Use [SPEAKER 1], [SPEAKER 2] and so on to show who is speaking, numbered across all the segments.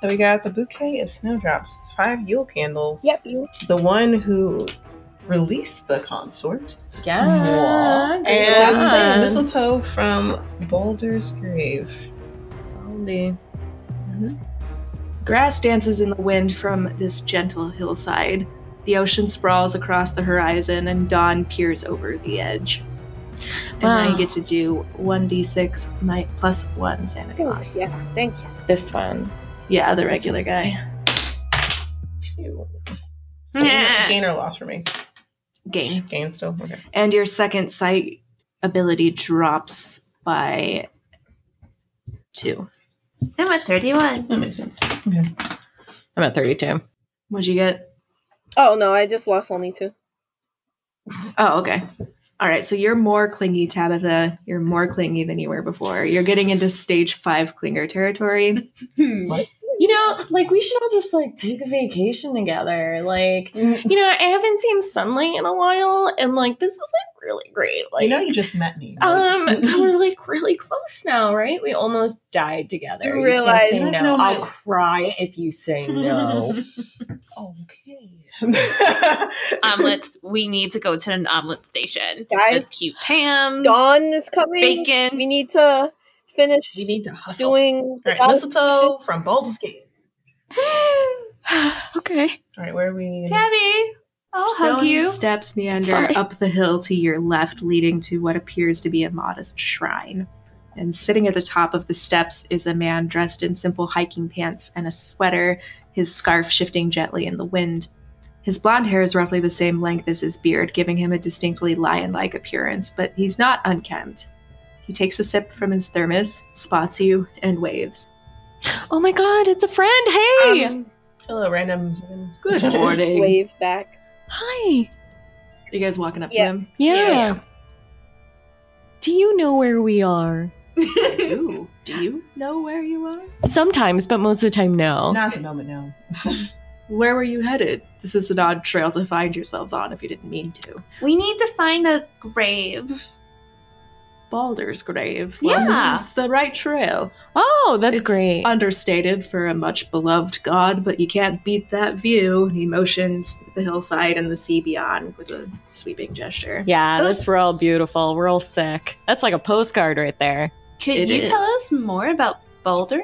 [SPEAKER 1] So we got the bouquet of snowdrops, five Yule candles.
[SPEAKER 2] Yep, you.
[SPEAKER 1] The one who released the consort.
[SPEAKER 2] Yeah.
[SPEAKER 1] And
[SPEAKER 2] good
[SPEAKER 1] the
[SPEAKER 2] one.
[SPEAKER 1] mistletoe from Boulder's Grave.
[SPEAKER 2] Golly.
[SPEAKER 3] Grass dances in the wind from this gentle hillside. The ocean sprawls across the horizon, and dawn peers over the edge. And now
[SPEAKER 2] Wow.
[SPEAKER 3] you get to do 1d6 might plus 1 sanity
[SPEAKER 2] Oh,
[SPEAKER 3] loss.
[SPEAKER 2] yes, thank you.
[SPEAKER 4] This one.
[SPEAKER 3] Yeah, the regular guy.
[SPEAKER 1] Phew. Gain, gain or loss for me?
[SPEAKER 3] Gain.
[SPEAKER 1] Gain still? Okay.
[SPEAKER 3] And your second sight ability drops by 2.
[SPEAKER 4] I'm at 31.
[SPEAKER 1] That makes sense.
[SPEAKER 4] I'm at 32.
[SPEAKER 3] What'd you get?
[SPEAKER 2] Oh no, I just lost only two.
[SPEAKER 3] Oh, okay. All right. So you're more clingy, Tabitha. You're more clingy than you were before. You're getting into stage five clinger territory.
[SPEAKER 4] You know, like we should all just like take a vacation together. Like, you know, I haven't seen sunlight in a while, and like this is like really great. Like,
[SPEAKER 1] you know, you just met me.
[SPEAKER 4] um, we're like really close now, right? We almost died together.
[SPEAKER 2] You
[SPEAKER 4] can't
[SPEAKER 2] realize-
[SPEAKER 4] say
[SPEAKER 1] I
[SPEAKER 4] no.
[SPEAKER 1] don't know my-
[SPEAKER 4] I'll cry if you say no.
[SPEAKER 1] Uh-huh. okay.
[SPEAKER 5] Omelets. We need to go to an omelet station.
[SPEAKER 2] Guys,
[SPEAKER 5] With cute ham,
[SPEAKER 2] Dawn is coming.
[SPEAKER 5] bacon.
[SPEAKER 2] We need to finish
[SPEAKER 1] we need to hustle.
[SPEAKER 2] doing
[SPEAKER 1] All
[SPEAKER 2] the
[SPEAKER 1] right, mistletoe
[SPEAKER 2] dollars.
[SPEAKER 1] from Boulder's Gate.
[SPEAKER 3] okay.
[SPEAKER 1] All right, where are we?
[SPEAKER 5] Tabby, I'll hug
[SPEAKER 3] Stone
[SPEAKER 5] you.
[SPEAKER 3] Steps meander
[SPEAKER 5] fine.
[SPEAKER 3] up the hill to your left, leading to what appears to be a modest shrine. And sitting at the top of the steps is a man dressed in simple hiking pants and a sweater, his scarf shifting gently in the wind. His blonde hair is roughly the same length as his beard, giving him a distinctly lion like appearance, but he's not unkempt. He takes a sip from his thermos, spots you, and waves.
[SPEAKER 4] Oh my god, it's a friend. Hey.
[SPEAKER 1] Um, hello, random human.
[SPEAKER 3] Good morning.
[SPEAKER 2] Wave back.
[SPEAKER 4] Hi.
[SPEAKER 3] You guys walking up
[SPEAKER 2] Yeah.
[SPEAKER 3] to him?
[SPEAKER 4] Yeah.
[SPEAKER 2] Yeah.
[SPEAKER 4] Do you know where we are?
[SPEAKER 3] I do. Do you know where you are?
[SPEAKER 4] Sometimes, but most of the time, no.
[SPEAKER 1] Now's the moment now.
[SPEAKER 3] Where were you headed? This is an odd trail to find yourselves on if you didn't mean to.
[SPEAKER 5] We need to find a grave.
[SPEAKER 3] Baldur's Grave. Well,
[SPEAKER 5] Yeah.
[SPEAKER 3] This is the right trail.
[SPEAKER 4] Oh, that's
[SPEAKER 3] It's
[SPEAKER 4] great.
[SPEAKER 3] Understated for a much beloved god, but you can't beat that view. He motions the hillside and the sea beyond with a sweeping gesture.
[SPEAKER 4] yeah, that's we're all beautiful. We're all sick. That's like a postcard right there.
[SPEAKER 5] Could
[SPEAKER 3] It
[SPEAKER 5] you
[SPEAKER 3] is.
[SPEAKER 5] tell us more about Boulder?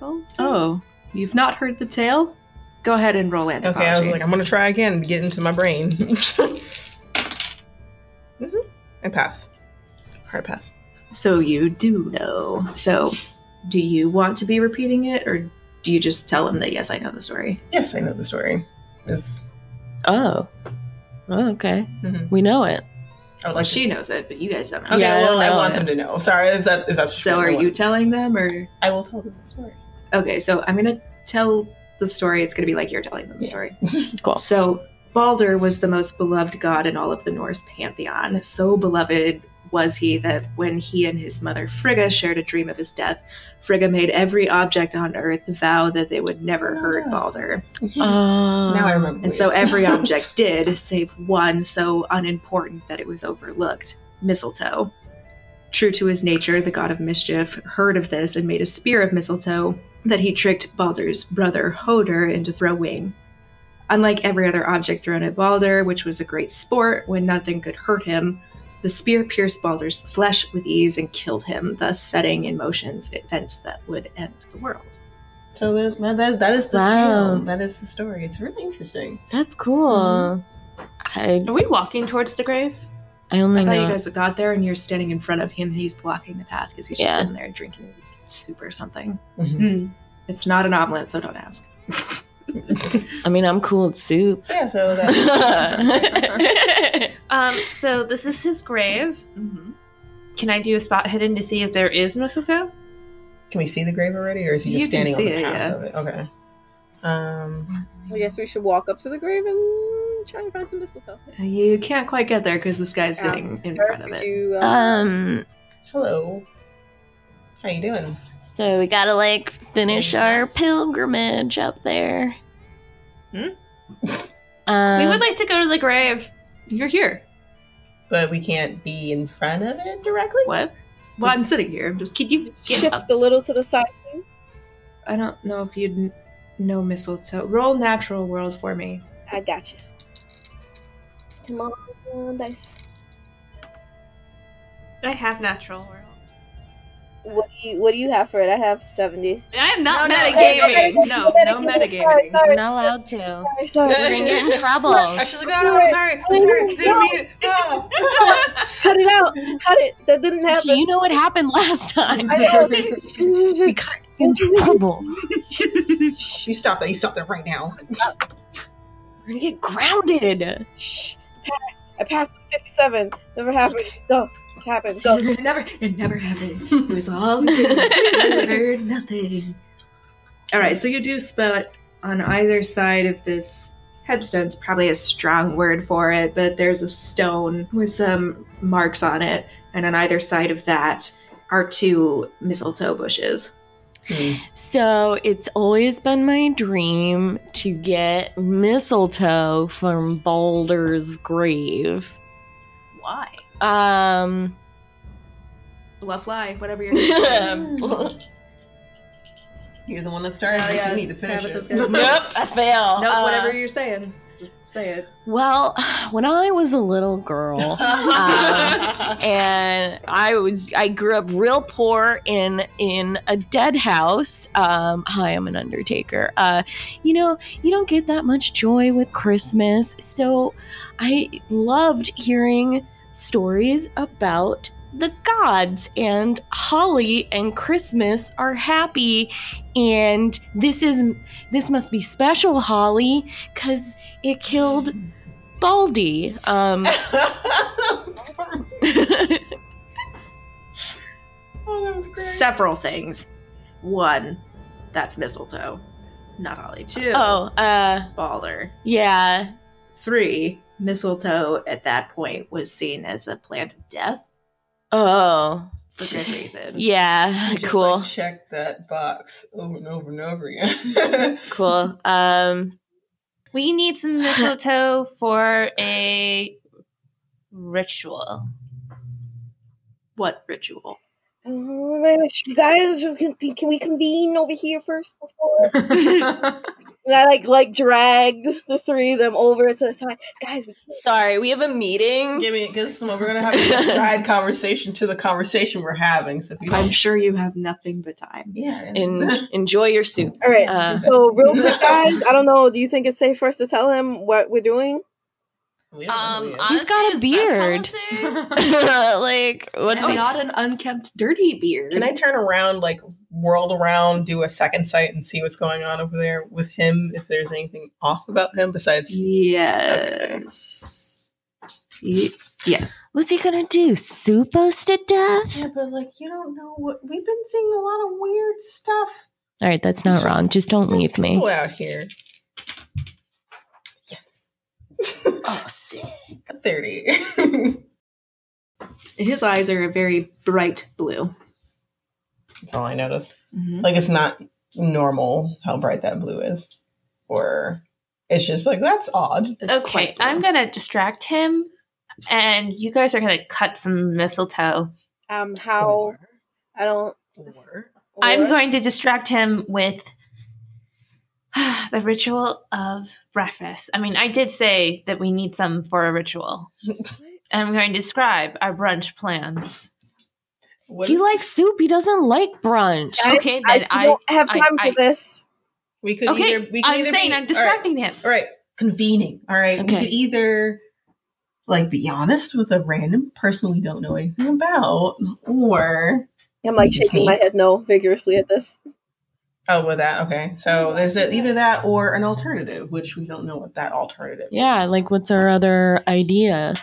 [SPEAKER 3] Oh, you've not heard the tale? Go ahead and roll
[SPEAKER 1] Okay,
[SPEAKER 3] anthropology.
[SPEAKER 1] I was like, I'm gonna try again to get into my brain. mm-hmm. I pass. Hard pass.
[SPEAKER 3] so you do know. So, do you want to be repeating it, or do you just tell him that yes, I know the story?
[SPEAKER 1] Yes, I know the story. Is
[SPEAKER 4] Oh. oh okay.
[SPEAKER 5] Mm-hmm.
[SPEAKER 1] Mhm.
[SPEAKER 4] We know it.
[SPEAKER 1] I would
[SPEAKER 3] Well,
[SPEAKER 1] like to-
[SPEAKER 3] she knows it, but you guys don't know.
[SPEAKER 1] Okay,
[SPEAKER 4] Yeah, I
[SPEAKER 1] well,
[SPEAKER 4] don't
[SPEAKER 1] I,
[SPEAKER 4] know
[SPEAKER 1] want
[SPEAKER 4] it.
[SPEAKER 1] them to know. Sorry if that if that's
[SPEAKER 3] So
[SPEAKER 1] true, I
[SPEAKER 3] are
[SPEAKER 1] want-
[SPEAKER 3] you telling them or
[SPEAKER 1] I will tell them the story.
[SPEAKER 3] Okay, so I'm gonna tell the story. It's gonna be like you're telling them the
[SPEAKER 1] Yeah.
[SPEAKER 3] story.
[SPEAKER 4] Cool.
[SPEAKER 3] So Balder was the most beloved god in all of the Norse pantheon. So beloved was he that when he and his mother Frigga shared a dream of his death, Frigga made every object on earth vow that they would never
[SPEAKER 1] Oh,
[SPEAKER 3] hurt
[SPEAKER 1] yes. Ah.
[SPEAKER 3] Balder.
[SPEAKER 4] Oh.
[SPEAKER 1] now I remember.
[SPEAKER 3] Um, And so
[SPEAKER 1] these.
[SPEAKER 3] every object did, save one so unimportant that it was overlooked mistletoe. True to his nature, the god of mischief heard of this and made a spear of mistletoe that he tricked Baldur's brother Hodur into throwing. Unlike every other object thrown at Baldur, which was a great sport when nothing could hurt him, the spear pierced Baldur's flesh with ease and killed him, thus setting in motion events that would end the world.
[SPEAKER 1] So that, that- that, that is the
[SPEAKER 4] Wow.
[SPEAKER 1] tale. That is the story. It's really interesting.
[SPEAKER 4] That's cool. Mm-hmm. I
[SPEAKER 5] Are we walking towards the grave?
[SPEAKER 4] I only
[SPEAKER 3] I thought
[SPEAKER 4] know.
[SPEAKER 3] you guys got there and you're standing in front of him. He's blocking the path because he's just
[SPEAKER 4] Yeah.
[SPEAKER 3] sitting there drinking soup or something. Hmm.
[SPEAKER 1] Mhm.
[SPEAKER 5] Mm-hmm.
[SPEAKER 3] It's not an omelet, so don't ask.
[SPEAKER 4] I mean, I'm cool at soup.
[SPEAKER 1] So yeah, so that.
[SPEAKER 4] That's
[SPEAKER 5] Um, so this is his grave.
[SPEAKER 3] Mm-hmm.
[SPEAKER 5] Can I do a spot hidden to see if there is mistletoe?
[SPEAKER 1] can we see the grave already, or is he
[SPEAKER 3] You
[SPEAKER 1] just
[SPEAKER 3] can
[SPEAKER 1] standing on
[SPEAKER 3] see
[SPEAKER 1] the
[SPEAKER 3] it,
[SPEAKER 1] path
[SPEAKER 3] yeah.
[SPEAKER 1] of it? Okay. Um,
[SPEAKER 2] I guess we should walk up to the grave and try and find some mistletoe.
[SPEAKER 3] You can't quite get there because this guy's
[SPEAKER 2] Um,
[SPEAKER 3] sitting in
[SPEAKER 2] sir,
[SPEAKER 3] front of
[SPEAKER 2] would
[SPEAKER 3] it.
[SPEAKER 2] You, uh,
[SPEAKER 4] um.
[SPEAKER 1] hello. How you doing?
[SPEAKER 4] So we gotta like finish our
[SPEAKER 1] Yes.
[SPEAKER 4] pilgrimage up there.
[SPEAKER 3] Hmm?
[SPEAKER 4] Um,
[SPEAKER 5] we would like to go to the grave.
[SPEAKER 3] You're here.
[SPEAKER 1] But we can't be in front of it directly.
[SPEAKER 3] What? Well, I'm sitting here. I'm just.
[SPEAKER 5] Could you get
[SPEAKER 2] shift
[SPEAKER 5] up?
[SPEAKER 2] a little to the side. please?
[SPEAKER 3] I don't know if you'd n- know mistletoe. Roll natural world for me.
[SPEAKER 6] I got you. Come on, dice.
[SPEAKER 5] I have natural world.
[SPEAKER 6] What do you What do you have for it? I have seventy.
[SPEAKER 5] I am not
[SPEAKER 3] No, no,
[SPEAKER 5] metagaming.
[SPEAKER 3] No, no metagaming.
[SPEAKER 6] Sorry,
[SPEAKER 4] I'm not allowed to.
[SPEAKER 6] sorry, sorry.
[SPEAKER 4] We're gonna get in trouble.
[SPEAKER 1] I was just like, no, no, I'm sorry. I'm sorry. Didn't mean it. Ah.
[SPEAKER 6] Cut it out. Cut it. That didn't happen.
[SPEAKER 4] You know what happened last time.
[SPEAKER 6] I know.
[SPEAKER 4] In trouble.
[SPEAKER 1] You stop that. You stop that right now.
[SPEAKER 4] We're gonna get grounded.
[SPEAKER 6] Shh. Pass. I passed with fifty-seven. Never happened. Go. It's happened. Go.
[SPEAKER 3] It never, it never happened. It was all delivered, nothing. All right, so you do spot on either side of this headstone's probably a strong word for it, but there's a stone with some marks on it, and on either side of that are two mistletoe bushes.
[SPEAKER 4] So it's always been my dream to get mistletoe from Baldur's Grave.
[SPEAKER 5] Why?
[SPEAKER 4] Um,
[SPEAKER 3] Bluff lie, whatever you're.
[SPEAKER 4] yep,
[SPEAKER 1] You're the one that started.
[SPEAKER 3] Oh,
[SPEAKER 1] this,
[SPEAKER 3] yeah.
[SPEAKER 1] You need to finish
[SPEAKER 3] Tabitha's
[SPEAKER 1] it.
[SPEAKER 3] gonna-
[SPEAKER 4] I fail.
[SPEAKER 3] no,
[SPEAKER 4] Uh,
[SPEAKER 3] whatever you're saying, just say it.
[SPEAKER 4] Well, when I was a little girl, Um, and I was I grew up real poor in in a dead house. Um, hi, I'm an undertaker. Uh, you know, you don't get that much joy with Christmas, so I loved hearing stories about the gods and holly and christmas are happy and this is this must be special holly because it killed baldy um
[SPEAKER 1] oh, that was great.
[SPEAKER 3] Several things. One, that's mistletoe, not Ollie. Two,
[SPEAKER 4] Oh, uh,
[SPEAKER 3] Balder.
[SPEAKER 4] yeah.
[SPEAKER 3] Three, mistletoe at that point was seen as a plant of death
[SPEAKER 4] Oh,
[SPEAKER 3] for good reason.
[SPEAKER 4] yeah.
[SPEAKER 1] You just,
[SPEAKER 4] Cool,
[SPEAKER 1] Like, check that box over and over and over again.
[SPEAKER 4] cool. Um,
[SPEAKER 5] We need some mistletoe for a ritual.
[SPEAKER 3] What ritual?
[SPEAKER 6] Oh my gosh, you guys, you can, can we convene over here first before? And I like like dragged the three of them over to the side. Guys, we can't
[SPEAKER 4] sorry, we have a meeting.
[SPEAKER 1] Give me because we're gonna have a side conversation to the conversation we're having. So if you
[SPEAKER 3] I'm
[SPEAKER 1] don't,
[SPEAKER 3] sure you have nothing but time.
[SPEAKER 1] yeah,
[SPEAKER 4] En- enjoy your soup.
[SPEAKER 6] All right.
[SPEAKER 4] Uh,
[SPEAKER 6] so real quick, guys. I don't know. Do you think it's safe for us to tell him what we're doing?
[SPEAKER 1] We don't
[SPEAKER 5] Um,
[SPEAKER 1] know
[SPEAKER 5] honestly,
[SPEAKER 4] He's got a
[SPEAKER 5] his best
[SPEAKER 4] beard.
[SPEAKER 5] policy-
[SPEAKER 4] like,
[SPEAKER 3] It's
[SPEAKER 4] what's he?
[SPEAKER 3] not an unkempt, dirty beard.
[SPEAKER 1] Can I turn around, like whirl around, do a second sight, and see what's going on over there with him? If there's anything off about him besides
[SPEAKER 3] Yes. Ye- Yes.
[SPEAKER 4] What's he gonna do? Soup us to death?
[SPEAKER 1] yeah, but like you don't know what we've been seeing a lot of weird stuff.
[SPEAKER 4] All right, that's not wrong. Just don't
[SPEAKER 1] There's
[SPEAKER 4] leave me.
[SPEAKER 1] people out here.
[SPEAKER 4] Oh, sick.
[SPEAKER 1] Thirty.
[SPEAKER 3] His eyes are a very bright blue.
[SPEAKER 1] That's all I noticed.
[SPEAKER 3] Mhm.
[SPEAKER 1] Like it's not normal how bright that blue is, or it's just like that's odd.
[SPEAKER 3] It's
[SPEAKER 5] Okay,
[SPEAKER 3] quite blue.
[SPEAKER 5] I'm gonna distract him, and you guys are gonna cut some mistletoe.
[SPEAKER 6] Um, how I don't.
[SPEAKER 1] Or-
[SPEAKER 5] I'm
[SPEAKER 6] or-
[SPEAKER 5] going to distract him with the ritual of breakfast. I mean, I did say that we need some for a ritual. I'm going to describe our brunch plans.
[SPEAKER 1] What
[SPEAKER 4] He
[SPEAKER 1] if-
[SPEAKER 4] likes soup. He doesn't like brunch.
[SPEAKER 6] I-
[SPEAKER 5] okay,
[SPEAKER 6] I,
[SPEAKER 5] then I.
[SPEAKER 6] don't have
[SPEAKER 5] I-
[SPEAKER 6] time
[SPEAKER 5] I-
[SPEAKER 6] for this.
[SPEAKER 1] we could
[SPEAKER 5] okay,
[SPEAKER 1] either we could
[SPEAKER 5] I'm
[SPEAKER 1] either
[SPEAKER 5] saying
[SPEAKER 1] be-
[SPEAKER 5] I'm
[SPEAKER 1] all right.
[SPEAKER 5] distracting him.
[SPEAKER 1] all right, convening. All right, we
[SPEAKER 4] Okay.
[SPEAKER 1] could either like be honest with a random person we don't know anything about, or
[SPEAKER 6] I'm like shaking my head no vigorously at this.
[SPEAKER 1] oh, with that. Okay, so there's a, either that or an alternative, which we don't know what that alternative.
[SPEAKER 4] Yeah,
[SPEAKER 1] is.
[SPEAKER 4] like, what's our other idea?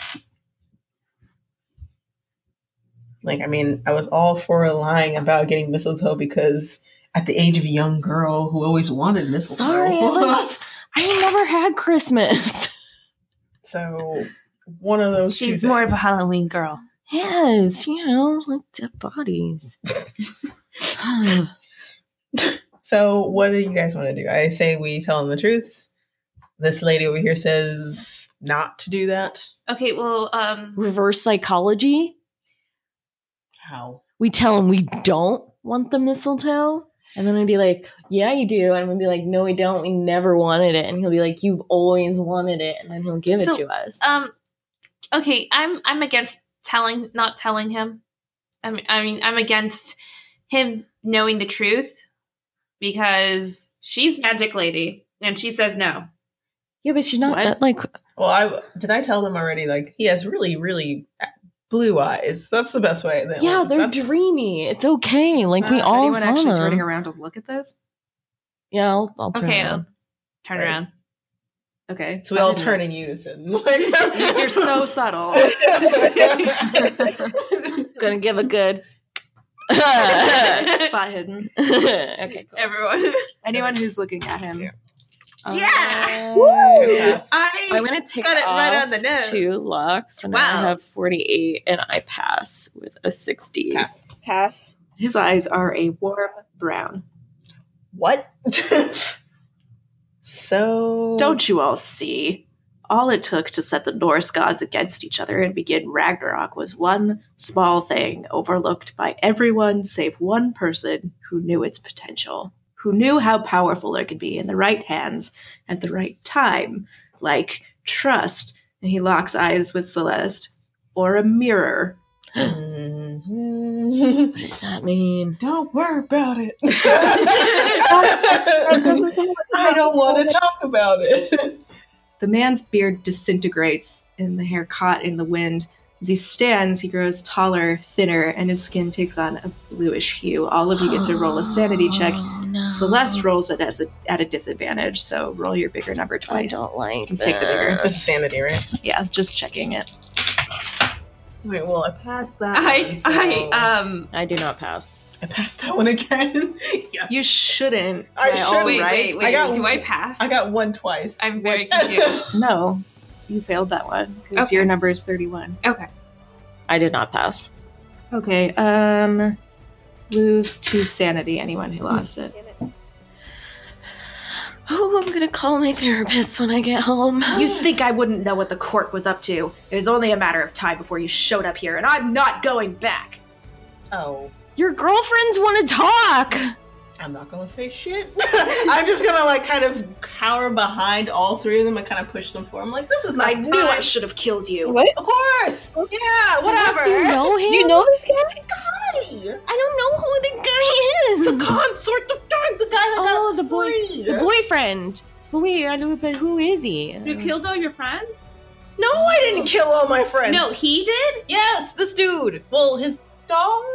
[SPEAKER 1] like I mean, I was all for lying about getting mistletoe because at the age of a young girl who always wanted mistletoe.
[SPEAKER 4] Sorry, I love- I never had Christmas.
[SPEAKER 1] so one of those. two
[SPEAKER 5] She's more of a
[SPEAKER 1] things.
[SPEAKER 5] Halloween girl.
[SPEAKER 4] Yes, you know, like dead bodies.
[SPEAKER 1] So, what do you guys want to do? I say we tell them the truth. This lady over here says not to do that.
[SPEAKER 5] Okay, well, um,
[SPEAKER 4] Reverse psychology.
[SPEAKER 1] How?
[SPEAKER 4] We tell them we don't want the mistletoe, And then I'd be like, yeah, you do. And I'm gonna be like, no, we don't. We never wanted it. And he'll be like, you've always wanted it. And then he'll give
[SPEAKER 5] So,
[SPEAKER 4] it to us.
[SPEAKER 5] Um, okay, I'm I'm against telling, not telling him. I mean, I mean, I'm against him knowing the truth because she's magic lady and she says no.
[SPEAKER 4] yeah, but she's not
[SPEAKER 2] what?
[SPEAKER 4] that like.
[SPEAKER 1] Well, I did I tell them already. Like he has really, really uh, blue eyes. That's the best way. That
[SPEAKER 4] Yeah, they're
[SPEAKER 1] that's-
[SPEAKER 4] dreamy. It's okay. Like we
[SPEAKER 1] Is
[SPEAKER 4] all
[SPEAKER 3] anyone
[SPEAKER 4] saw
[SPEAKER 3] actually
[SPEAKER 4] them.
[SPEAKER 3] turning around to look at this?
[SPEAKER 4] Yeah, I'll, I'll turn
[SPEAKER 5] Okay,
[SPEAKER 4] around.
[SPEAKER 5] Turn
[SPEAKER 1] Right.
[SPEAKER 5] around.
[SPEAKER 3] Okay.
[SPEAKER 1] So we all
[SPEAKER 3] I didn't
[SPEAKER 1] turn in unison. Like
[SPEAKER 3] know. You're so subtle.
[SPEAKER 4] Gonna give a good.
[SPEAKER 3] Spot hidden.
[SPEAKER 4] okay.
[SPEAKER 5] Everyone.
[SPEAKER 3] Anyone who's looking at him.
[SPEAKER 1] Yeah. Oh,
[SPEAKER 5] Oh, Yeah!
[SPEAKER 4] Uh,
[SPEAKER 5] I
[SPEAKER 4] I'm gonna take
[SPEAKER 5] Got it
[SPEAKER 4] off
[SPEAKER 5] right on the nose.
[SPEAKER 4] two locks, and I
[SPEAKER 5] Wow.
[SPEAKER 4] have 48, and I pass with a 60.
[SPEAKER 1] Pass.
[SPEAKER 6] Pass.
[SPEAKER 3] His eyes are a warm brown.
[SPEAKER 1] What? so
[SPEAKER 3] Don't you all see? All it took to set the Norse gods against each other and begin Ragnarok was one small thing overlooked by everyone save one person who knew its potential, who knew how powerful it could be in the right hands at the right time, like trust. And he locks eyes with Celeste, or a mirror.
[SPEAKER 1] Mhm.
[SPEAKER 4] What does that mean?
[SPEAKER 1] Don't worry about it.
[SPEAKER 6] That doesn't sound like
[SPEAKER 1] I don't want to talk about it.
[SPEAKER 3] The man's beard disintegrates and the hair caught in the wind. As he stands, he grows taller, thinner, and his skin takes on a bluish hue. All of you get to roll a sanity check.
[SPEAKER 4] Oh, no.
[SPEAKER 3] Celeste rolls it as a, at a disadvantage, so roll your bigger number
[SPEAKER 4] I
[SPEAKER 3] twice.
[SPEAKER 4] don't like
[SPEAKER 3] Can take the bigger.
[SPEAKER 4] this.
[SPEAKER 1] This is sanity, right?
[SPEAKER 3] Yeah, just checking it.
[SPEAKER 1] Wait, well, I passed that.
[SPEAKER 5] I
[SPEAKER 1] one, so-
[SPEAKER 5] I um
[SPEAKER 4] I uh, do not pass.
[SPEAKER 1] I passed that one again. yeah,
[SPEAKER 3] You shouldn't.
[SPEAKER 1] I
[SPEAKER 3] by all
[SPEAKER 1] shouldn't.
[SPEAKER 5] wait,
[SPEAKER 3] rights,
[SPEAKER 5] wait, wait.
[SPEAKER 1] I got-
[SPEAKER 5] do I pass?
[SPEAKER 1] I got one twice.
[SPEAKER 5] I'm very
[SPEAKER 1] What's-
[SPEAKER 5] confused.
[SPEAKER 3] No, you failed that one because
[SPEAKER 5] Okay.
[SPEAKER 3] your number is thirty-one.
[SPEAKER 5] okay.
[SPEAKER 4] I did not pass.
[SPEAKER 3] Okay. Um, lose two sanity. Anyone who lost it.
[SPEAKER 4] Oh, I'm gonna call my therapist when I get home.
[SPEAKER 3] You think I wouldn't know what the court was up to? It was only a matter of time before you showed up here, and I'm not going back.
[SPEAKER 1] Oh,
[SPEAKER 4] Your girlfriends want to talk.
[SPEAKER 1] I'm not gonna say shit. I'm just gonna like kind of cower behind all three of them and kind of push them forward. I'm like, this is not
[SPEAKER 3] I knew I
[SPEAKER 1] time.
[SPEAKER 3] should have killed you.
[SPEAKER 6] What?
[SPEAKER 1] Of course. Yeah.
[SPEAKER 4] Celeste,
[SPEAKER 1] Whatever.
[SPEAKER 4] you know
[SPEAKER 5] Oh,
[SPEAKER 4] him?
[SPEAKER 6] You know this guy?
[SPEAKER 1] Hey,
[SPEAKER 4] I don't know who the guy is.
[SPEAKER 1] the consort, the guy, the guy that
[SPEAKER 4] Oh,
[SPEAKER 1] got
[SPEAKER 4] the boy-
[SPEAKER 1] free.
[SPEAKER 4] The boyfriend. Who we? I don't. But who is he?
[SPEAKER 5] You killed all your friends?
[SPEAKER 1] No, I didn't kill all my friends.
[SPEAKER 5] No, he did?
[SPEAKER 1] Yes, this dude. Well, his dark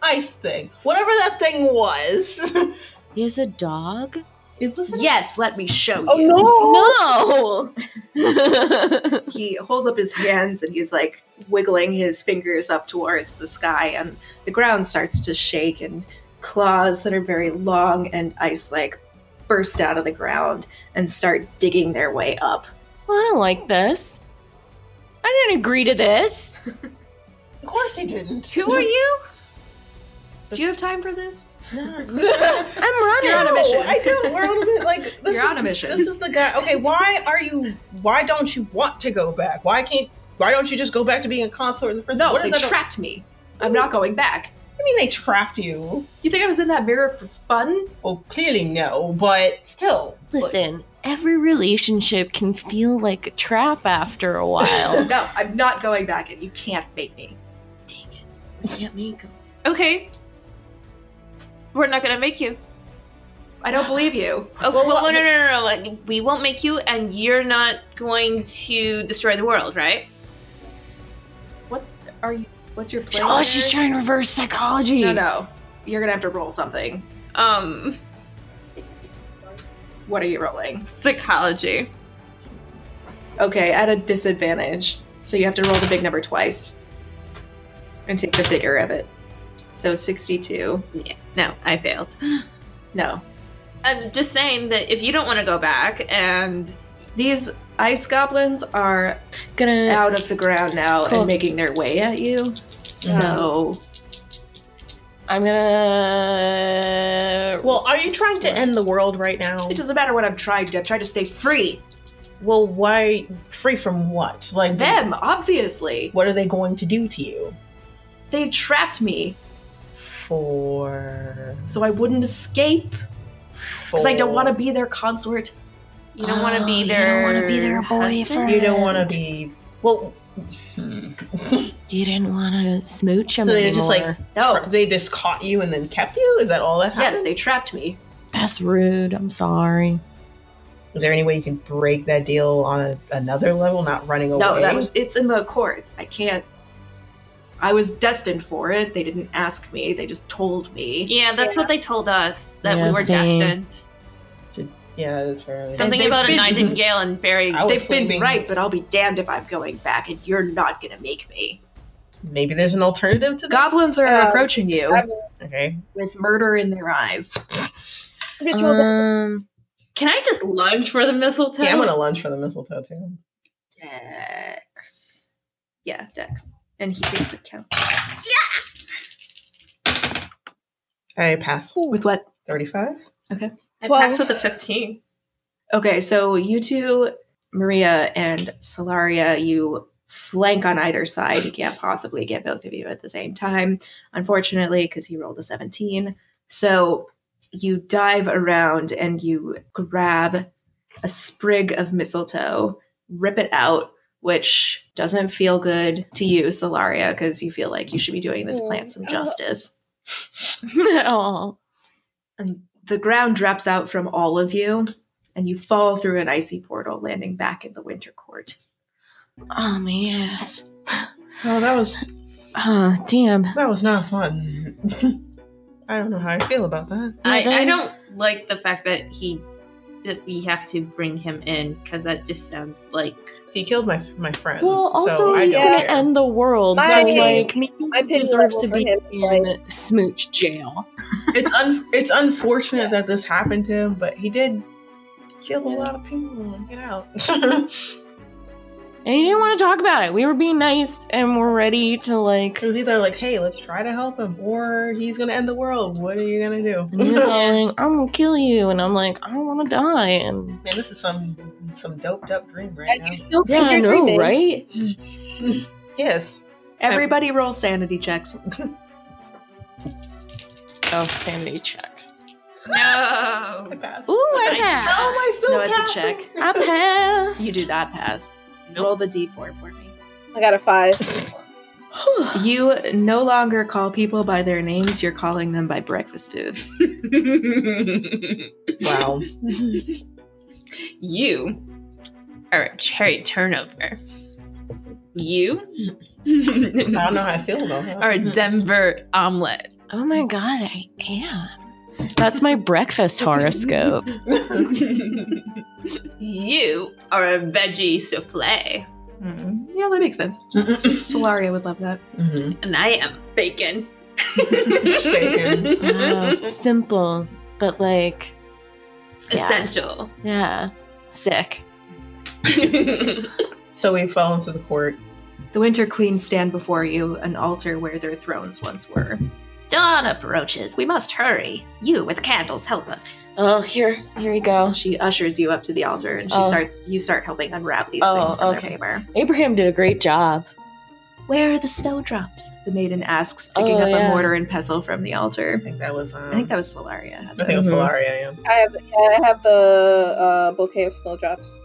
[SPEAKER 1] ice thing, whatever that thing was.
[SPEAKER 4] He has a dog.
[SPEAKER 1] it was. not
[SPEAKER 3] Yes, let me show
[SPEAKER 6] Oh
[SPEAKER 3] you.
[SPEAKER 6] no.
[SPEAKER 4] No.
[SPEAKER 3] He holds up his hands and he's like wiggling his fingers up towards the sky, and the ground starts to shake, and claws that are very long and ice like burst out of the ground and start digging their way up.
[SPEAKER 4] Well, I don't like this. I didn't agree to this.
[SPEAKER 1] Of course he didn't.
[SPEAKER 5] Who are you?
[SPEAKER 3] Do you have time for this?
[SPEAKER 1] No.
[SPEAKER 4] I'm running.
[SPEAKER 3] You're on a mission.
[SPEAKER 1] I don't. We're on a mission. Like this
[SPEAKER 3] You're
[SPEAKER 1] is,
[SPEAKER 3] on a mission.
[SPEAKER 1] This is the guy. Okay, why are you? Why don't you want to go back? Why can't? Why don't you just go back to being a consort in the first?
[SPEAKER 3] No,
[SPEAKER 1] what
[SPEAKER 3] they
[SPEAKER 1] is that? Oh.
[SPEAKER 3] trapped me. I'm not going back.
[SPEAKER 1] I mean, they trapped you.
[SPEAKER 3] You think I was in that mirror for fun?
[SPEAKER 1] Well, clearly no, but still.
[SPEAKER 4] Listen, every relationship can feel like a trap after a while.
[SPEAKER 3] No, I'm not going back, and you can't make me.
[SPEAKER 4] I can't make him.
[SPEAKER 5] Okay. We're not gonna make you.
[SPEAKER 3] I don't believe you.
[SPEAKER 5] Oh,
[SPEAKER 1] Well,
[SPEAKER 5] well,
[SPEAKER 1] what-
[SPEAKER 5] no, no, no, no. Like, we won't make you, and you're not going to destroy the world, right?
[SPEAKER 3] What are you? What's your plan?
[SPEAKER 4] Oh, she's trying reverse psychology.
[SPEAKER 3] No, no. You're gonna have to roll something.
[SPEAKER 5] Um,
[SPEAKER 3] What are you rolling?
[SPEAKER 5] psychology.
[SPEAKER 3] Okay, at a disadvantage. So you have to roll the big number twice and take the bigger of it. So 62.
[SPEAKER 5] No, I failed.
[SPEAKER 3] No.
[SPEAKER 5] I'm just saying that if you don't want to go back, and
[SPEAKER 3] These ice goblins are
[SPEAKER 4] Gonna.
[SPEAKER 3] out of the ground now
[SPEAKER 4] Cool.
[SPEAKER 3] and making their way at you. So
[SPEAKER 4] I'm gonna.
[SPEAKER 1] Well, are you trying to end the world right now?
[SPEAKER 3] it doesn't matter what I'm trying to. I'm trying to stay free.
[SPEAKER 1] Well, why? Free from what? Like
[SPEAKER 3] Them, obviously.
[SPEAKER 1] What are they going to do to you?
[SPEAKER 3] They trapped me.
[SPEAKER 1] Four.
[SPEAKER 3] so I wouldn't escape because I don't want to be their consort.
[SPEAKER 5] You don't want to
[SPEAKER 4] Oh,
[SPEAKER 5] be
[SPEAKER 4] you
[SPEAKER 5] there.
[SPEAKER 4] don't wanna be their boyfriend.
[SPEAKER 1] You don't want to be. Well, hmm.
[SPEAKER 4] You didn't want to smooch
[SPEAKER 1] so
[SPEAKER 4] him
[SPEAKER 1] they
[SPEAKER 4] anymore.
[SPEAKER 1] just like
[SPEAKER 3] No.
[SPEAKER 1] they just caught you and then kept you. Is that all that happened?
[SPEAKER 3] Yes, they trapped me.
[SPEAKER 4] That's rude. I'm sorry.
[SPEAKER 1] Is there any way you can break that deal on a, another level, not running away?
[SPEAKER 3] No, that was it's in the accords. I can't. I was destined for it. They didn't ask me. They just told me.
[SPEAKER 5] Yeah, that's what they told us that
[SPEAKER 4] Yeah,
[SPEAKER 5] we were
[SPEAKER 4] same.
[SPEAKER 5] destined.
[SPEAKER 1] yeah, that's fair.
[SPEAKER 5] Something
[SPEAKER 3] they've
[SPEAKER 5] about
[SPEAKER 3] been-
[SPEAKER 5] a nightingale and Barry.
[SPEAKER 1] I was
[SPEAKER 3] They've been
[SPEAKER 1] sleeping.
[SPEAKER 3] right, but I'll be damned if I'm going back, and you're not gonna make me.
[SPEAKER 1] Maybe there's an alternative to this?
[SPEAKER 3] Goblins are
[SPEAKER 6] Uh,
[SPEAKER 3] approaching you
[SPEAKER 6] I'm
[SPEAKER 1] Okay.
[SPEAKER 3] with murder in their eyes.
[SPEAKER 6] habitual.
[SPEAKER 4] Um,
[SPEAKER 5] Can I just lunge for the mistletoe?
[SPEAKER 1] Yeah, I'm gonna lunge for the mistletoe too.
[SPEAKER 3] Dex. Yeah, Dex. And he thinks it counts.
[SPEAKER 1] I pass
[SPEAKER 3] With what?
[SPEAKER 1] thirty-five.
[SPEAKER 5] I
[SPEAKER 6] Twelve.
[SPEAKER 5] passed with a 15.
[SPEAKER 3] Okay, so you two, Maria and Solaria, you flank on either side. You can't possibly get both of you at the same time, unfortunately, because he rolled a 17. So you dive around and you grab a sprig of mistletoe, rip it out, which doesn't feel good to you, Solaria, because you feel like you should be doing this plant some justice.
[SPEAKER 4] oh,
[SPEAKER 3] And the ground drops out from all of you, and you fall through an icy portal, landing back in the Winter Court.
[SPEAKER 4] oh my ass.
[SPEAKER 1] Oh, that was
[SPEAKER 4] Oh, damn.
[SPEAKER 1] that was not fun. I don't know how I feel about that.
[SPEAKER 5] I,
[SPEAKER 4] Yeah,
[SPEAKER 5] I
[SPEAKER 4] then-
[SPEAKER 5] don't like the fact that he that we have to bring him in because that just sounds like
[SPEAKER 1] He killed my my friends.
[SPEAKER 4] Well, also,
[SPEAKER 1] so I
[SPEAKER 4] he's
[SPEAKER 1] don't
[SPEAKER 4] gonna
[SPEAKER 1] care.
[SPEAKER 4] end the world.
[SPEAKER 6] My-
[SPEAKER 4] so, like, maybe
[SPEAKER 6] my
[SPEAKER 4] he
[SPEAKER 6] pity
[SPEAKER 4] deserves
[SPEAKER 6] level
[SPEAKER 4] to
[SPEAKER 6] for
[SPEAKER 4] be
[SPEAKER 6] him is,
[SPEAKER 4] in smooch jail.
[SPEAKER 1] it's un- it's unfortunate that this happened to him, but he did kill a lot of people. Get out. it
[SPEAKER 4] And he didn't want to talk about it. We were being nice, and we're ready to like.
[SPEAKER 1] was either like, hey, let's try to help him, or he's gonna end the world. What are you gonna do?
[SPEAKER 4] And he was all like, "I'm gonna kill you," and I'm like, "I don't want to die." And
[SPEAKER 1] Man, this is some some doped up dream right
[SPEAKER 6] And you
[SPEAKER 1] now.
[SPEAKER 6] still
[SPEAKER 4] yeah,
[SPEAKER 6] think
[SPEAKER 4] I
[SPEAKER 6] you're
[SPEAKER 4] know,
[SPEAKER 6] dreaming.
[SPEAKER 4] right?
[SPEAKER 1] Yes.
[SPEAKER 3] Everybody roll sanity checks.
[SPEAKER 4] Oh, sanity check.
[SPEAKER 1] I
[SPEAKER 5] no.
[SPEAKER 1] passed.
[SPEAKER 4] Ooh, I
[SPEAKER 5] Thank you.
[SPEAKER 4] pass.
[SPEAKER 1] How am I still
[SPEAKER 3] No, it's a
[SPEAKER 1] oh, passing?
[SPEAKER 3] check.
[SPEAKER 4] I pass.
[SPEAKER 3] You do not pass. Roll the d4 for me.
[SPEAKER 6] I got a five.
[SPEAKER 3] You no longer call people by their names, you're calling them by breakfast foods.
[SPEAKER 1] Wow.
[SPEAKER 5] you are a cherry turnover. You
[SPEAKER 1] I don't know how I feel about that.
[SPEAKER 5] are
[SPEAKER 4] Mm-hmm.
[SPEAKER 5] a Denver omelet.
[SPEAKER 4] Oh my god, I am. That's my breakfast horoscope.
[SPEAKER 5] You are a veggie souffle.
[SPEAKER 3] yeah, that makes sense. Solaria would love that.
[SPEAKER 1] hmm
[SPEAKER 5] And I am bacon.
[SPEAKER 1] bacon.
[SPEAKER 4] Wow. Simple, but like, yeah,
[SPEAKER 5] Essential.
[SPEAKER 4] yeah, sick.
[SPEAKER 1] So we fell into the court.
[SPEAKER 3] The Winter Queens stand before you, an altar where their thrones once were. Dawn approaches. We must hurry. You with candles help us.
[SPEAKER 4] Oh, here, here you go.
[SPEAKER 3] She ushers you up to the altar, and she
[SPEAKER 4] Oh.
[SPEAKER 3] start you start helping unwrap these
[SPEAKER 4] Oh,
[SPEAKER 3] things from
[SPEAKER 4] okay.
[SPEAKER 3] their paper.
[SPEAKER 4] Abraham did a great job.
[SPEAKER 3] Where are the snowdrops? The maiden asks, picking
[SPEAKER 4] Oh,
[SPEAKER 3] up
[SPEAKER 4] yeah.
[SPEAKER 3] a mortar and pestle from the
[SPEAKER 1] I
[SPEAKER 3] altar.
[SPEAKER 1] think that was. Um,
[SPEAKER 3] I think that was Solaria.
[SPEAKER 1] I think it was
[SPEAKER 4] Mhm.
[SPEAKER 1] Solaria. Yeah.
[SPEAKER 6] I have I have the uh, bouquet of snowdrops.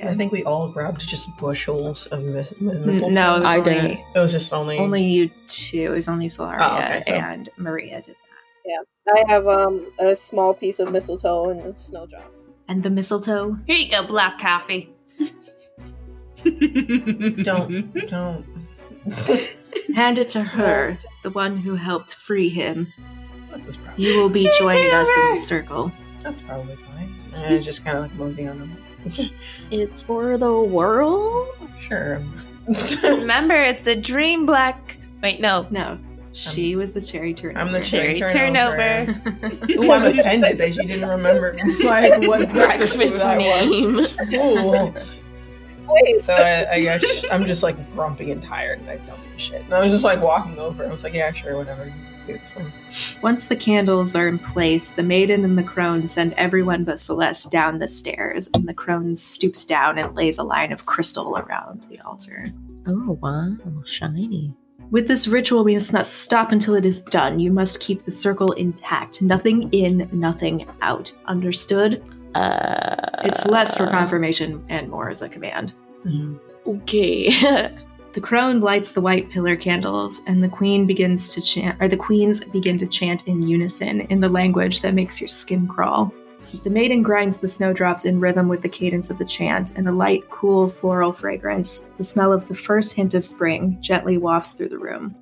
[SPEAKER 1] I think we all grabbed just bushels of mis- mis- mistletoe.
[SPEAKER 3] N- No, it was
[SPEAKER 4] I
[SPEAKER 3] only,
[SPEAKER 4] didn't.
[SPEAKER 1] it was just only.
[SPEAKER 3] only you two. It was only Solaria
[SPEAKER 1] Oh, okay, so-
[SPEAKER 3] and Maria did that.
[SPEAKER 6] I have um a small piece of mistletoe and snowdrops.
[SPEAKER 3] And the mistletoe.
[SPEAKER 5] Here you go, black coffee.
[SPEAKER 1] Don't don't.
[SPEAKER 3] Hand it to her,
[SPEAKER 6] No, just-
[SPEAKER 3] the one who helped free him.
[SPEAKER 1] That's his problem.
[SPEAKER 3] You will be
[SPEAKER 5] She
[SPEAKER 3] joining
[SPEAKER 5] did
[SPEAKER 3] us in the
[SPEAKER 5] right.
[SPEAKER 3] circle.
[SPEAKER 1] That's probably fine. And I just kind of like mosey on them.
[SPEAKER 4] It's for the world.
[SPEAKER 1] Sure.
[SPEAKER 5] Remember, it's a dream black. Wait, no.
[SPEAKER 3] No, she was the cherry turnover.
[SPEAKER 1] I'm the cherry
[SPEAKER 5] Cherry
[SPEAKER 1] turnover. Ooh, I'm offended that you didn't remember like what breakfast food
[SPEAKER 4] Breakfast
[SPEAKER 1] that was.
[SPEAKER 4] name.
[SPEAKER 1] Ooh.
[SPEAKER 6] Wait,
[SPEAKER 1] So I, I guess I'm just like grumpy and tired and I don't give a shit. And I was just like walking over. I was like, yeah, sure, whatever. You can see this thing.
[SPEAKER 3] Once the candles are in place, the maiden and the crone send everyone but Celeste down the stairs, and the crone stoops down and lays a line of crystal around the altar.
[SPEAKER 4] Oh wow, shiny.
[SPEAKER 3] With this ritual, we must not stop until it is done. You must keep the circle intact. Nothing in, nothing out. Understood?
[SPEAKER 4] Uh,
[SPEAKER 3] It's less for confirmation and more as a command.
[SPEAKER 1] Mm-hmm.
[SPEAKER 4] Okay.
[SPEAKER 3] The crone lights the white pillar candles, and the queen begins to chant, or the queens begin to chant in unison in the language that makes your skin crawl. The maiden grinds the snowdrops in rhythm with the cadence of the chant, and a light, cool floral fragrance, the smell of the first hint of spring, gently wafts through the room.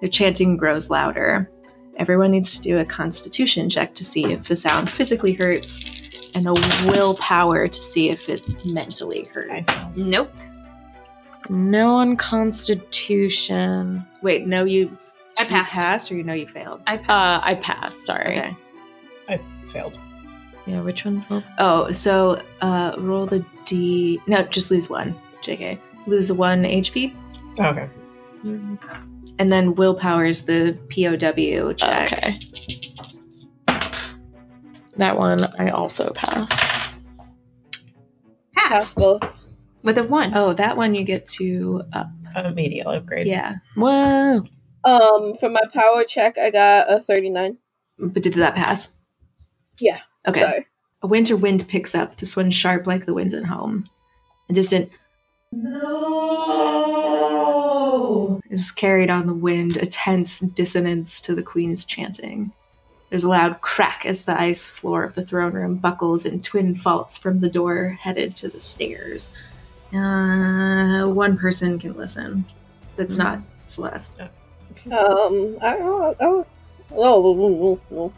[SPEAKER 3] The chanting grows louder. Everyone needs to do a constitution check to see if the sound physically hurts, and a willpower to see if it mentally hurts.
[SPEAKER 5] Nope.
[SPEAKER 4] no on Constitution.
[SPEAKER 3] Wait, no, you
[SPEAKER 5] I passed.
[SPEAKER 3] You passed or you know you failed.
[SPEAKER 5] I
[SPEAKER 4] Uh,
[SPEAKER 5] passed.
[SPEAKER 4] I passed. Sorry.
[SPEAKER 3] Okay.
[SPEAKER 1] Failed.
[SPEAKER 4] Yeah, which one's well?
[SPEAKER 3] Oh, so uh, roll the d. No, just lose one. JK, lose one HP,
[SPEAKER 1] Okay.
[SPEAKER 3] and then willpower is the POW check.
[SPEAKER 4] Okay. That one I also passed.
[SPEAKER 6] Pass
[SPEAKER 5] passed
[SPEAKER 6] both.
[SPEAKER 5] with a one.
[SPEAKER 3] Oh, that one you get to up.
[SPEAKER 1] Immediate upgrade.
[SPEAKER 3] Yeah,
[SPEAKER 4] Whoa.
[SPEAKER 6] Um, for my power check, I got a 39.
[SPEAKER 3] but did that pass?
[SPEAKER 6] Yeah.
[SPEAKER 3] Okay.
[SPEAKER 6] Sorry.
[SPEAKER 3] A winter wind picks up. This one sharp like the winds at home. A distant no is carried on the wind, a tense dissonance to the queen's chanting. There's a loud crack as the ice floor of the throne room buckles in twin faults from the door headed to the stairs. Uh, one person can listen. That's not Celeste.
[SPEAKER 6] Um, I, oh, oh, oh, oh,
[SPEAKER 1] Whoa,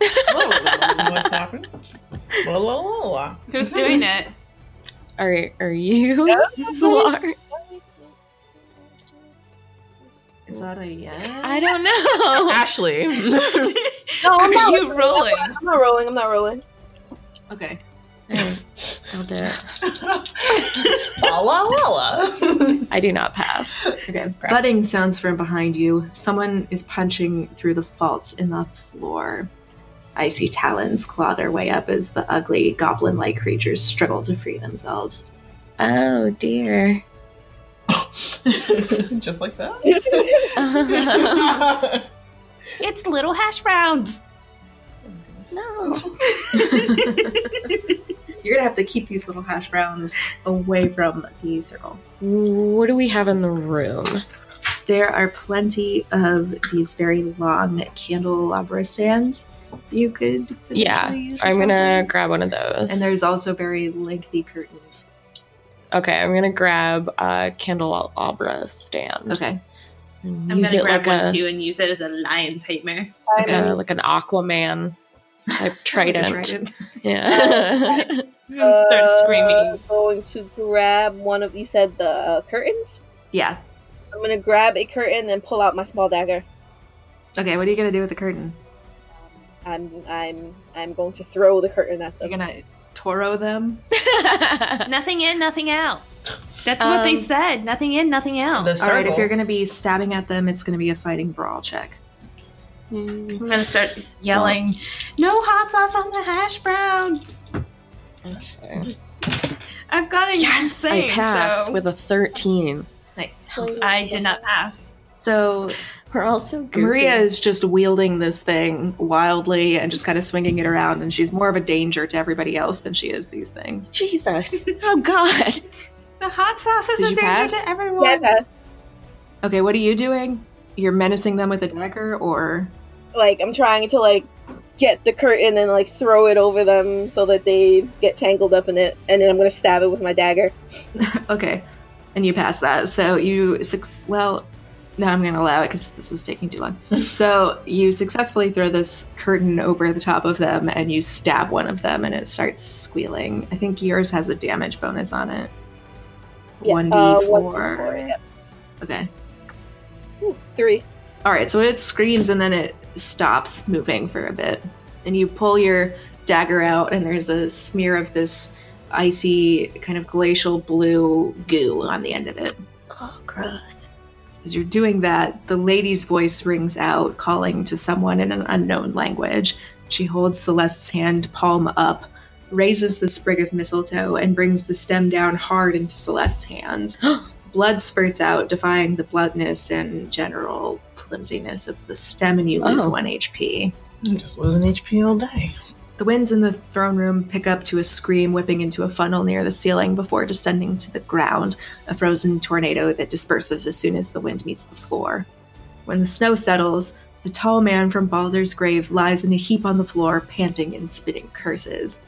[SPEAKER 1] what's happening? La, la, la, la.
[SPEAKER 5] Who's doing it?
[SPEAKER 4] Are are you? Solar?
[SPEAKER 3] Is that a yes?
[SPEAKER 4] I don't know.
[SPEAKER 1] Ashley.
[SPEAKER 6] Oh, No, I'm
[SPEAKER 5] Are
[SPEAKER 6] not,
[SPEAKER 5] you rolling?
[SPEAKER 6] I'm not rolling. I'm not rolling.
[SPEAKER 3] Okay.
[SPEAKER 4] I'll do it.
[SPEAKER 1] la, la, la, la.
[SPEAKER 4] I do not pass.
[SPEAKER 3] Okay.
[SPEAKER 1] Crap.
[SPEAKER 3] Thudding sounds from behind you. Someone is punching through the faults in the floor. Icy talons claw their way up as the ugly goblin like creatures struggle to free themselves.
[SPEAKER 4] Oh dear.
[SPEAKER 1] Just like
[SPEAKER 4] it's
[SPEAKER 1] that.
[SPEAKER 5] It's little hash browns.
[SPEAKER 4] no.
[SPEAKER 3] You're gonna have to keep these little hash browns away from the circle.
[SPEAKER 4] What do we have in the room?
[SPEAKER 3] There are plenty of these very long candelabra stands you could.
[SPEAKER 4] Yeah,
[SPEAKER 3] potentially use or
[SPEAKER 4] I'm gonna
[SPEAKER 3] something.
[SPEAKER 4] grab one of those.
[SPEAKER 3] And there's also very lengthy curtains.
[SPEAKER 4] okay, I'm gonna grab a candelabra stand.
[SPEAKER 3] Okay.
[SPEAKER 4] and
[SPEAKER 5] I'm
[SPEAKER 4] use
[SPEAKER 5] gonna
[SPEAKER 4] it like
[SPEAKER 5] grab one
[SPEAKER 4] a,
[SPEAKER 5] too and use it as a lion's nightmare.
[SPEAKER 6] I'm, uh,
[SPEAKER 4] like a like an Aquaman type trident.
[SPEAKER 3] Trident.
[SPEAKER 4] Yeah.
[SPEAKER 5] I'm gonna start
[SPEAKER 6] uh,
[SPEAKER 5] screaming.
[SPEAKER 6] going to grab one of you said the uh, curtains.
[SPEAKER 3] Yeah.
[SPEAKER 6] I'm gonna grab a curtain and pull out my small dagger.
[SPEAKER 3] Okay, what are you gonna do with the curtain?
[SPEAKER 6] I'm I'm I'm going to throw the curtain at
[SPEAKER 3] You're
[SPEAKER 6] them.
[SPEAKER 3] gonna Toro them?
[SPEAKER 5] Nothing in, nothing out. That's what they
[SPEAKER 4] Um,
[SPEAKER 5] said. Nothing in, nothing out.
[SPEAKER 1] The
[SPEAKER 3] All right, if
[SPEAKER 1] circle.
[SPEAKER 3] you're going to be stabbing at them, it's going to be a fighting brawl check.
[SPEAKER 4] Mm,
[SPEAKER 5] I'm gonna start yelling. No hot sauce on the hash browns.
[SPEAKER 4] okay.
[SPEAKER 5] I've gotten
[SPEAKER 4] I
[SPEAKER 5] insane.
[SPEAKER 4] pass
[SPEAKER 5] so-
[SPEAKER 4] with a 13.
[SPEAKER 3] Nice.
[SPEAKER 5] I did not pass.
[SPEAKER 3] So
[SPEAKER 4] We're all so goofy.
[SPEAKER 3] Maria is just wielding this thing wildly and just kind of swinging it around, and she's more of a danger to everybody else than she is these things.
[SPEAKER 4] Jesus. Oh God.
[SPEAKER 5] The hot sauce is
[SPEAKER 3] Did
[SPEAKER 5] a
[SPEAKER 3] you
[SPEAKER 5] danger
[SPEAKER 3] pass?
[SPEAKER 5] to
[SPEAKER 6] Yeah, I
[SPEAKER 5] everyone.
[SPEAKER 6] pass.
[SPEAKER 3] Okay, what are you doing? You're menacing them with a dagger, or
[SPEAKER 6] Like I'm trying to like get the curtain and like throw it over them so that they get tangled up in it, and then I'm gonna stab it with my dagger.
[SPEAKER 3] okay, and you pass that. So you six. Well, no, I'm going to allow it because this is taking too long. so you successfully throw this curtain over the top of them, and you stab one of them, and it starts squealing. I think yours has a damage bonus on it.
[SPEAKER 6] Yeah,
[SPEAKER 3] One
[SPEAKER 6] uh, D4,
[SPEAKER 3] d four.
[SPEAKER 6] yeah.
[SPEAKER 3] Okay.
[SPEAKER 6] Ooh, Three.
[SPEAKER 3] All right, so it screams and then it stops moving for a bit. And you pull your dagger out, and there's a smear of this icy, kind of glacial blue goo on the end of it.
[SPEAKER 4] Oh, gross.
[SPEAKER 3] As you're doing that, the lady's voice rings out, calling to someone in an unknown language. She holds Celeste's hand palm up, raises the sprig of mistletoe, and brings the stem down hard into Celeste's hands. blood spurts out, defying the bloodness and general flimsiness of the stem, and you lose
[SPEAKER 1] Oh.
[SPEAKER 3] one HP.
[SPEAKER 1] I'm just losing HP all day.
[SPEAKER 3] The winds in the throne room pick up to a scream, whipping into a funnel near the ceiling before descending to the ground, a frozen tornado that disperses as soon as the wind meets the floor. When the snow settles, the tall man from Baldur's grave lies in a heap on the floor, panting and spitting curses.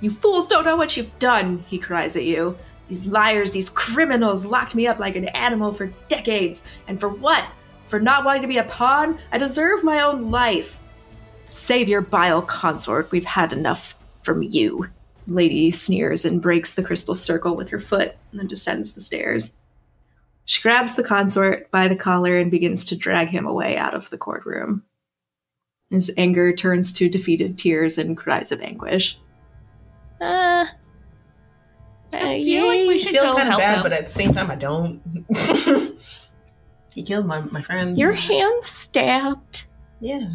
[SPEAKER 3] You fools don't know what you've done, he cries at you. These liars, these criminals locked me up like an animal for decades. And for what? For not wanting to be a pawn? I deserve my own life. Save your bile consort. We've had enough from you. Lady sneers and breaks the crystal circle with her foot and then descends the stairs. She grabs the consort by the collar and begins to drag him away out of the courtroom. His anger turns to defeated tears and cries of anguish.
[SPEAKER 4] Uh, I
[SPEAKER 5] feel like we should
[SPEAKER 1] I feel
[SPEAKER 5] go
[SPEAKER 1] kind of
[SPEAKER 5] help
[SPEAKER 1] bad,
[SPEAKER 5] him.
[SPEAKER 1] but at the same time, I don't. he killed my, my friends.
[SPEAKER 4] Your hand stabbed.
[SPEAKER 1] Yeah.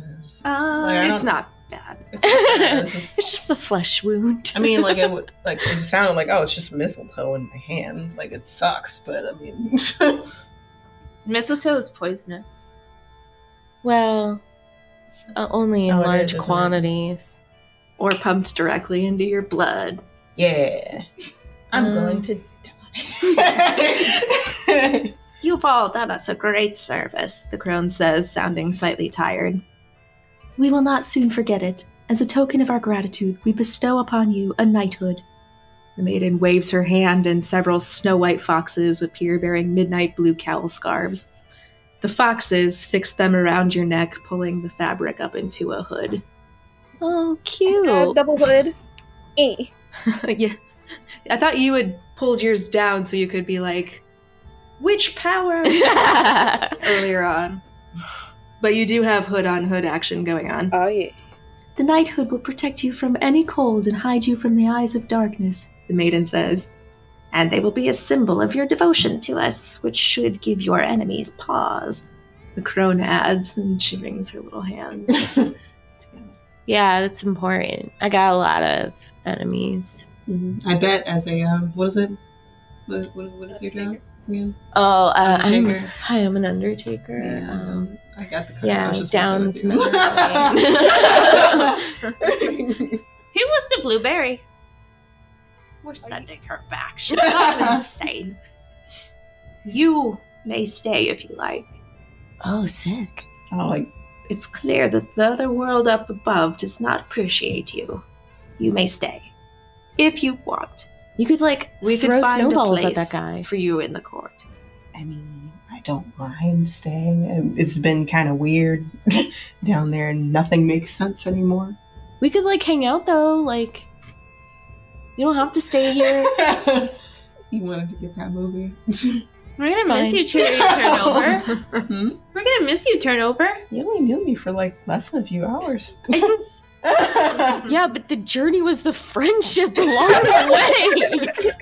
[SPEAKER 3] Uh,
[SPEAKER 1] Like, I
[SPEAKER 3] it's
[SPEAKER 1] don't-
[SPEAKER 3] not bad.
[SPEAKER 1] It's not bad, it's just-
[SPEAKER 4] It's just a flesh wound.
[SPEAKER 1] I mean, like it would, like it sounded like, oh, it's just mistletoe in my hand. Like it sucks, but I mean,
[SPEAKER 5] Mistletoe is poisonous.
[SPEAKER 4] well, s- uh, only in
[SPEAKER 1] Oh, it is,
[SPEAKER 4] large
[SPEAKER 1] isn't it?
[SPEAKER 4] quantities.
[SPEAKER 3] Or pumped directly into your blood.
[SPEAKER 1] yeah, I'm
[SPEAKER 4] Um.
[SPEAKER 1] going to die.
[SPEAKER 3] You've all done us a great service, the crone says, sounding slightly tired. We will not soon forget it. As a token of our gratitude, we bestow upon you a knighthood. The maiden waves her hand, and several snow white foxes appear bearing midnight blue cowl scarves. The foxes fix them around your neck, pulling the fabric up into a hood.
[SPEAKER 4] Oh, cute.
[SPEAKER 6] Uh, double hood. Eh.
[SPEAKER 3] yeah. I thought you had pulled yours down so you could be like, Witch power! earlier on. But you do have hood on hood action going on.
[SPEAKER 6] Oh yeah.
[SPEAKER 3] The knighthood will protect you from any cold and hide you from the eyes of darkness, the maiden says. And they will be a symbol of your devotion to us, which should give your enemies pause. The crone adds, and she wrings her little hands.
[SPEAKER 4] yeah, that's important. I got a lot of enemies.
[SPEAKER 1] I bet as a um, what is it? What, what, what is your job? Yeah,
[SPEAKER 4] Oh, uh, I'm,
[SPEAKER 1] Undertaker.
[SPEAKER 4] hi, I'm an undertaker.
[SPEAKER 1] Yeah.
[SPEAKER 4] Um,
[SPEAKER 1] I got the. Card.
[SPEAKER 4] yeah,
[SPEAKER 1] I was just
[SPEAKER 4] Down's
[SPEAKER 1] messing with you.
[SPEAKER 5] Who was the blueberry?
[SPEAKER 3] We're sending her back. She's gone insane. You may stay if you like.
[SPEAKER 4] oh, sick.
[SPEAKER 1] oh, like
[SPEAKER 3] It's clear that the other world up above does not appreciate you. You may stay. If you want.
[SPEAKER 4] You could like
[SPEAKER 3] We could
[SPEAKER 4] throw
[SPEAKER 3] find a
[SPEAKER 4] snowballs at
[SPEAKER 3] place
[SPEAKER 4] that guy.
[SPEAKER 3] For you in the court.
[SPEAKER 1] I mean, I don't mind staying. Um, It's been kind of weird down there, and nothing makes sense anymore.
[SPEAKER 4] We could like hang out though. Like, you don't have to stay here.
[SPEAKER 1] you wanted to get that movie?
[SPEAKER 5] We're gonna
[SPEAKER 4] It's
[SPEAKER 5] miss
[SPEAKER 4] fine.
[SPEAKER 5] you, Cherry Turnover.
[SPEAKER 1] hmm?
[SPEAKER 5] We're gonna miss you, Turnover.
[SPEAKER 1] You only knew me for like less than a few hours.
[SPEAKER 4] yeah, but the journey was the friendship along the way.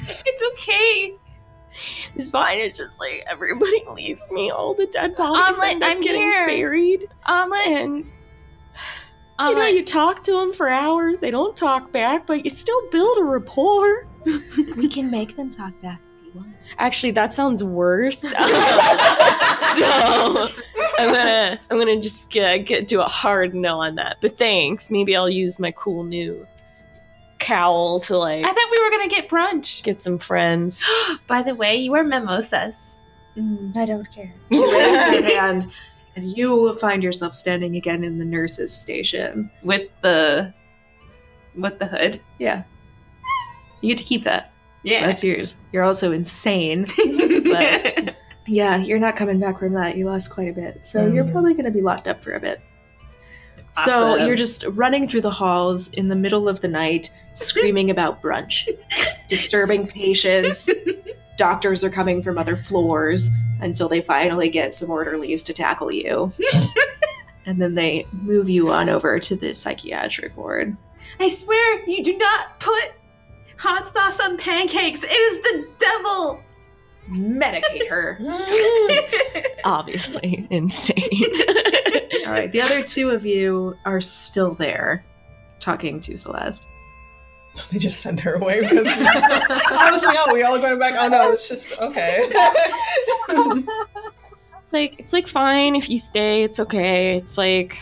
[SPEAKER 5] It's okay.
[SPEAKER 4] it's fine. It's just like everybody leaves me. All the dead bodies
[SPEAKER 5] Omelet,
[SPEAKER 4] end up
[SPEAKER 5] I'm
[SPEAKER 4] getting
[SPEAKER 5] here.
[SPEAKER 4] buried,
[SPEAKER 5] Omelet.
[SPEAKER 4] and you know
[SPEAKER 5] Omelet.
[SPEAKER 4] you talk to them for hours. They don't talk back, but you still build a rapport.
[SPEAKER 3] We can make them talk back if you want.
[SPEAKER 4] Actually, that sounds worse. so I'm gonna I'm gonna just uh, get do a hard no on that. But thanks. Maybe I'll use my cool new cowl to like
[SPEAKER 5] I thought we were gonna get brunch.
[SPEAKER 4] get some friends.
[SPEAKER 5] By the way, you are mimosas. Mm.
[SPEAKER 3] I don't care. She waves her hand, and you find yourself standing again in the nurse's station.
[SPEAKER 5] With the with the hood.
[SPEAKER 3] Yeah. You get to keep that.
[SPEAKER 5] Yeah.
[SPEAKER 3] That's yours. You're also insane. but- Yeah, you're not coming back from that. You lost quite a bit. So you're
[SPEAKER 1] Mm.
[SPEAKER 3] probably going to be locked up for a bit. So
[SPEAKER 5] Awesome.
[SPEAKER 3] you're just running through the halls in the middle of the night, screaming about brunch, disturbing patients. Doctors are coming from other floors until they finally get some orderlies to tackle you. and then they move you on over to the psychiatric ward.
[SPEAKER 5] I swear you do not put hot sauce on pancakes. It is the devil.
[SPEAKER 3] Medicate her.
[SPEAKER 4] Obviously, insane.
[SPEAKER 3] All right. The other two of you are still there talking to Celeste.
[SPEAKER 1] They just send her away because I was like, oh, we all going back. Oh no, it's just okay.
[SPEAKER 4] It's like it's like fine if you stay. It's okay. It's like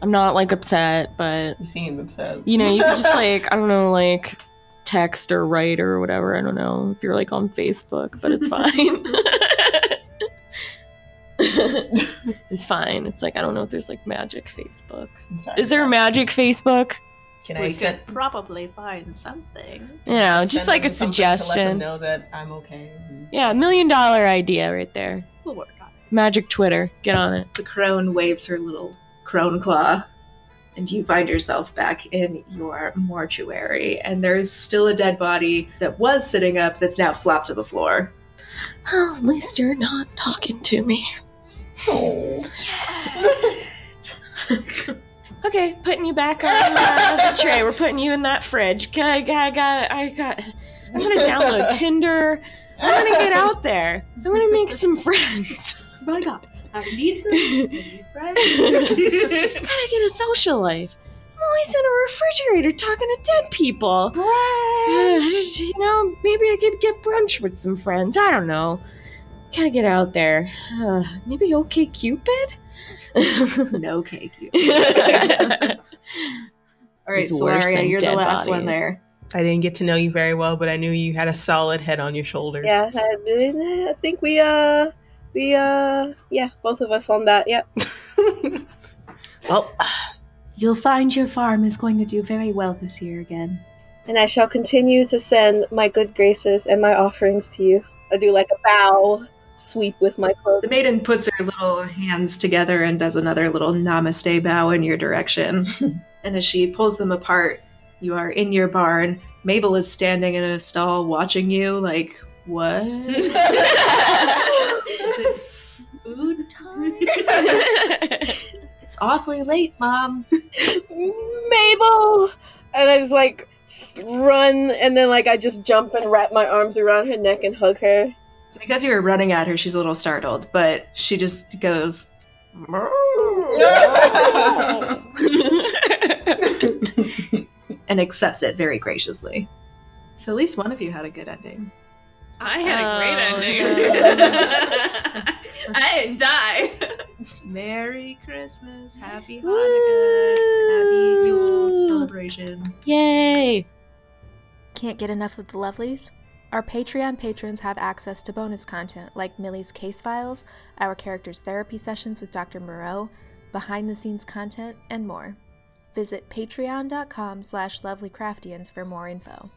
[SPEAKER 4] I'm not like upset, but
[SPEAKER 1] you seem upset.
[SPEAKER 4] you know you can just like I don't know like text or write or whatever. I don't know if you're like on Facebook, but it's fine. it's fine. It's like I don't know if there's like magic Facebook.
[SPEAKER 1] I'm sorry.
[SPEAKER 4] Is there a magic Facebook?
[SPEAKER 1] Can I
[SPEAKER 5] we
[SPEAKER 1] send?
[SPEAKER 5] could probably find something.
[SPEAKER 4] You know,
[SPEAKER 1] send
[SPEAKER 4] Uh, just like a
[SPEAKER 1] them something to let them
[SPEAKER 4] suggestion.
[SPEAKER 1] know that I'm okay. and-
[SPEAKER 4] Yeah, million dollar idea right there.
[SPEAKER 3] We'll work on it.
[SPEAKER 4] Magic Twitter. Get on it.
[SPEAKER 3] The crone waves her little crone claw, and you find yourself back in your mortuary. And there is still a dead body that was sitting up that's now flopped to the floor.
[SPEAKER 4] Oh, at least you're not talking to me. Okay, putting you back on uh, the tray. We're putting you in that fridge. G- I, I got, I got. I'm gonna download Tinder. I'm gonna get out there. I'm gonna make some friends.
[SPEAKER 3] Oh my god, I need them. I
[SPEAKER 4] gotta
[SPEAKER 3] need friends.
[SPEAKER 4] get a social life. I'm always in a refrigerator talking to dead people. Brunch. you know, maybe I could get brunch with some friends. I don't know. Gotta get out there. Uh, maybe OK Cupid.
[SPEAKER 3] no cake. You. All right,
[SPEAKER 4] It's worse
[SPEAKER 3] Solaria,
[SPEAKER 4] than
[SPEAKER 3] you're the
[SPEAKER 4] dead
[SPEAKER 3] last one
[SPEAKER 4] bodies.
[SPEAKER 3] there.
[SPEAKER 1] I didn't get to know you very well, but I knew you had a solid head on your shoulders.
[SPEAKER 6] Yeah, I, I think we uh we uh yeah, both of us on that. Yep.
[SPEAKER 1] well,
[SPEAKER 3] You'll find your farm is going to do very well this year again.
[SPEAKER 6] And I shall continue to send my good graces and my offerings to you. I do like a bow sweep with my cloak.
[SPEAKER 3] The maiden puts her little hands together and does another little namaste bow in your direction. and as she pulls them apart, you are in your barn. Mabel is standing in a stall watching you, like, what? is it food time? It's awfully late, Mom.
[SPEAKER 6] Mabel and I just like run and then like I just jump and wrap my arms around her neck and hug her.
[SPEAKER 3] So because you were running at her, she's a little startled, but she just goes, and accepts it very graciously. So at least one of you had a good ending.
[SPEAKER 5] I
[SPEAKER 4] Oh,
[SPEAKER 3] Oh.
[SPEAKER 5] I didn't die.
[SPEAKER 3] Merry Christmas, Happy Hanukkah, Happy Yule celebration.
[SPEAKER 4] Yay!
[SPEAKER 7] Can't get enough of the lovelies? Our Patreon patrons have access to bonus content like Millie's case files, our characters' therapy sessions with Dr. Moreau, behind the scenes content, and more. Visit patreon.com slash lovelycraftians for more info.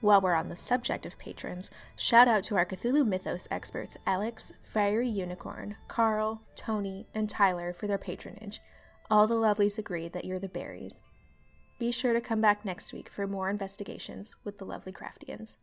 [SPEAKER 7] While we're on the subject of patrons, shout out to our Cthulhu Mythos experts Alex, Fiery Unicorn, Carl, Tony, and Tyler for their patronage. All the lovelies agree that you're the berries. Be sure to come back next week for more investigations with the lovely Craftians.